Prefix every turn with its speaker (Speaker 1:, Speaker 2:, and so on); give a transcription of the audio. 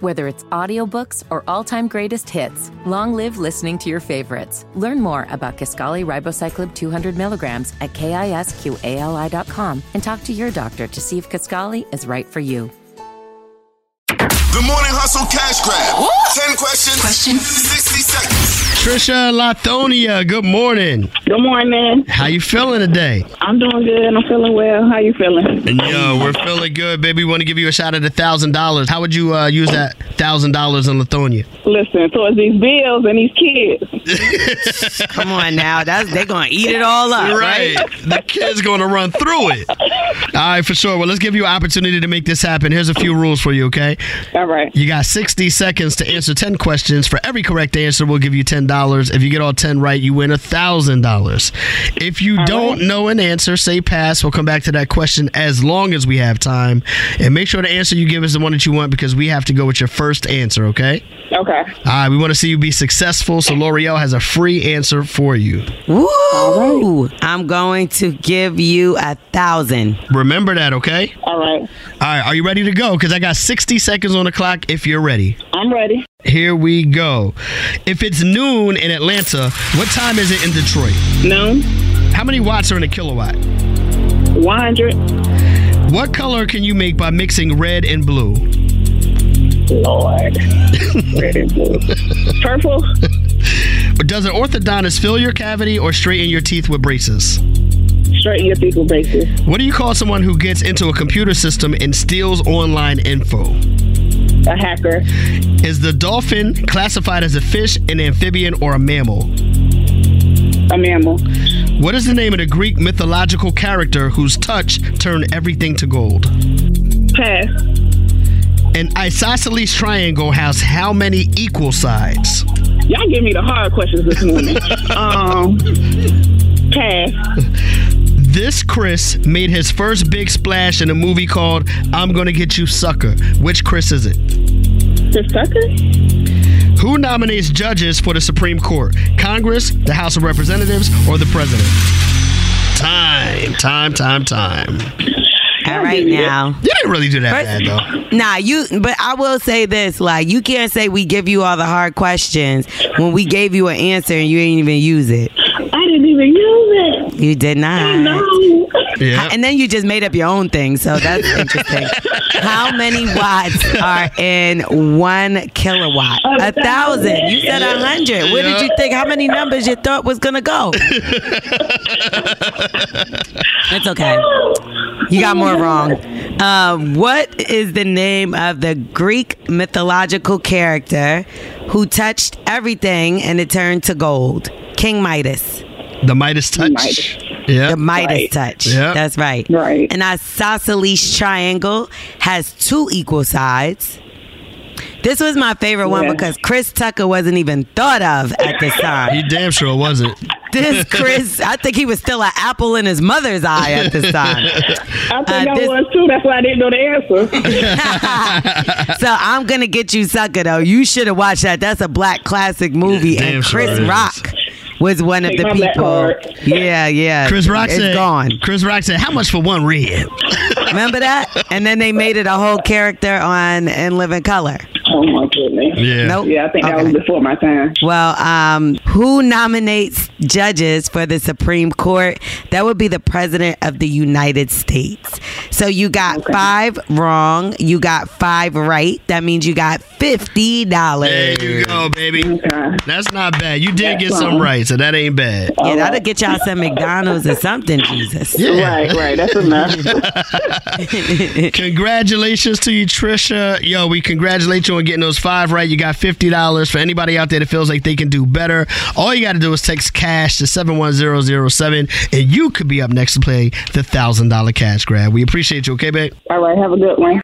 Speaker 1: Whether it's audiobooks or all-time greatest hits, long live listening to your favorites. Learn more about Kaskali Ribocyclib 200 milligrams at kisqali.com and talk to your doctor to see if Kaskali is right for you.
Speaker 2: The Morning Hustle Cash Grab. 10 questions,
Speaker 3: Question.
Speaker 2: 60 seconds.
Speaker 4: Trisha Lathonia, good morning.
Speaker 5: Good morning.
Speaker 4: How you feeling today?
Speaker 5: I'm doing good. I'm feeling well. How you feeling?
Speaker 4: And yo, Oh, we're feeling good, baby. We want to give you a shot at a thousand dollars. How would you uh, use that thousand dollars on Lithonia?
Speaker 5: Listen, towards these bills and these kids.
Speaker 3: Come on now, that's they're gonna eat it all up, right?
Speaker 4: the kid's gonna run through it. All right, for sure. Well, let's give you an opportunity to make this happen. Here's a few rules for you, okay?
Speaker 5: All right.
Speaker 4: You got 60 seconds to answer 10 questions. For every correct answer, we'll give you $10. If you get all 10 right, you win $1,000. If you don't know an answer, say pass. We'll come back to that question as long as we have time. And make sure the answer you give is the one that you want because we have to go with your first answer, okay?
Speaker 5: Okay.
Speaker 4: All right, we want to see you be successful, so L'Oreal has a free answer for you.
Speaker 3: Woo! I'm going to give you a thousand.
Speaker 4: Remember that, okay?
Speaker 5: All right.
Speaker 4: All right, are you ready to go? Because I got 60 seconds on the clock if you're ready.
Speaker 5: I'm ready.
Speaker 4: Here we go. If it's noon in Atlanta, what time is it in Detroit?
Speaker 5: Noon.
Speaker 4: How many watts are in a kilowatt?
Speaker 5: 100.
Speaker 4: What color can you make by mixing red and blue?
Speaker 5: Lord. Red and blue. Purple.
Speaker 4: Does an orthodontist fill your cavity or straighten your teeth with braces?
Speaker 5: Straighten your fecal basis.
Speaker 4: What do you call someone who gets into a computer system and steals online info?
Speaker 5: A hacker.
Speaker 4: Is the dolphin classified as a fish, an amphibian, or a mammal?
Speaker 5: A mammal.
Speaker 4: What is the name of the Greek mythological character whose touch turned everything to gold?
Speaker 5: Pass.
Speaker 4: An isosceles triangle has how many equal sides?
Speaker 5: Y'all give me the hard questions this morning. um. Pass.
Speaker 4: This Chris made his first big splash in a movie called I'm Gonna Get You Sucker. Which Chris is it?
Speaker 5: Chris Tucker.
Speaker 4: Who nominates judges for the Supreme Court? Congress, the House of Representatives, or the President? Time, time, time, time.
Speaker 3: All right now.
Speaker 4: You didn't really do that bad
Speaker 3: First-
Speaker 4: though.
Speaker 3: Nah, you but I will say this, like you can't say we give you all the hard questions when we gave you an answer and you ain't even use it.
Speaker 5: I didn't even use it.
Speaker 3: You did not.
Speaker 5: No.
Speaker 4: Yeah.
Speaker 3: And then you just made up your own thing, so that's interesting. How many watts are in one kilowatt?
Speaker 5: A
Speaker 3: A thousand. You said a hundred. Where did
Speaker 4: Yeah.
Speaker 3: you think? How many numbers you thought was gonna go? That's okay. You got more wrong. Um, what is the name of the Greek mythological character who touched everything and it turned to gold? King Midas.
Speaker 4: The Midas touch.
Speaker 5: Midas.
Speaker 4: Yeah.
Speaker 3: The Midas
Speaker 5: Right.
Speaker 3: touch.
Speaker 4: Yeah.
Speaker 3: That's right.
Speaker 5: Right.
Speaker 3: An isosceles triangle has two equal sides. This was my favorite one
Speaker 5: Yeah.
Speaker 3: because Chris Tucker wasn't even thought of at this time.
Speaker 4: you damn sure was it.
Speaker 3: This Chris, I think he was still an apple in his mother's eye at this time.
Speaker 5: I think
Speaker 3: Uh,
Speaker 5: I
Speaker 3: this-
Speaker 5: was too. That's why I didn't know the answer.
Speaker 3: So I'm gonna get you sucker though. You should have watched that. That's a black classic movie,
Speaker 4: Damn
Speaker 3: and
Speaker 4: sure
Speaker 3: Chris
Speaker 4: it is.
Speaker 3: Rock was one of
Speaker 5: Take
Speaker 3: the
Speaker 5: my black
Speaker 3: people.
Speaker 5: card.
Speaker 3: Yeah, yeah.
Speaker 4: Chris Rock
Speaker 3: It's
Speaker 4: said
Speaker 3: gone.
Speaker 4: Chris Rock said, How much for one red?
Speaker 3: Remember that? And then they made it a whole character on In Living Color.
Speaker 5: oh my goodness.
Speaker 4: Yeah.
Speaker 3: Nope.
Speaker 5: Yeah, I think that was
Speaker 3: Okay.
Speaker 5: before my time.
Speaker 3: Well, um, who nominates judges for the Supreme Court? That would be the President of the United States. So you got five wrong. You got five right. That means you got $50.
Speaker 4: There you go, baby.
Speaker 5: Okay.
Speaker 4: That's not bad. You did
Speaker 5: That's
Speaker 4: get some
Speaker 5: fine.
Speaker 4: right, so that ain't bad.
Speaker 3: Yeah, that'll get y'all some McDonald's or something, Jesus.
Speaker 5: Right, right. That's enough.
Speaker 4: Congratulations to you, Trisha. Yo, we congratulate you on getting those five right. You got fifty dollars for anybody out there that feels like they can do better. All you got to do is text cash to seven one zero zero seven, and you could be up next to play the thousand dollar cash grab. We appreciate you. Okay, babe.
Speaker 5: All right. Have a good one.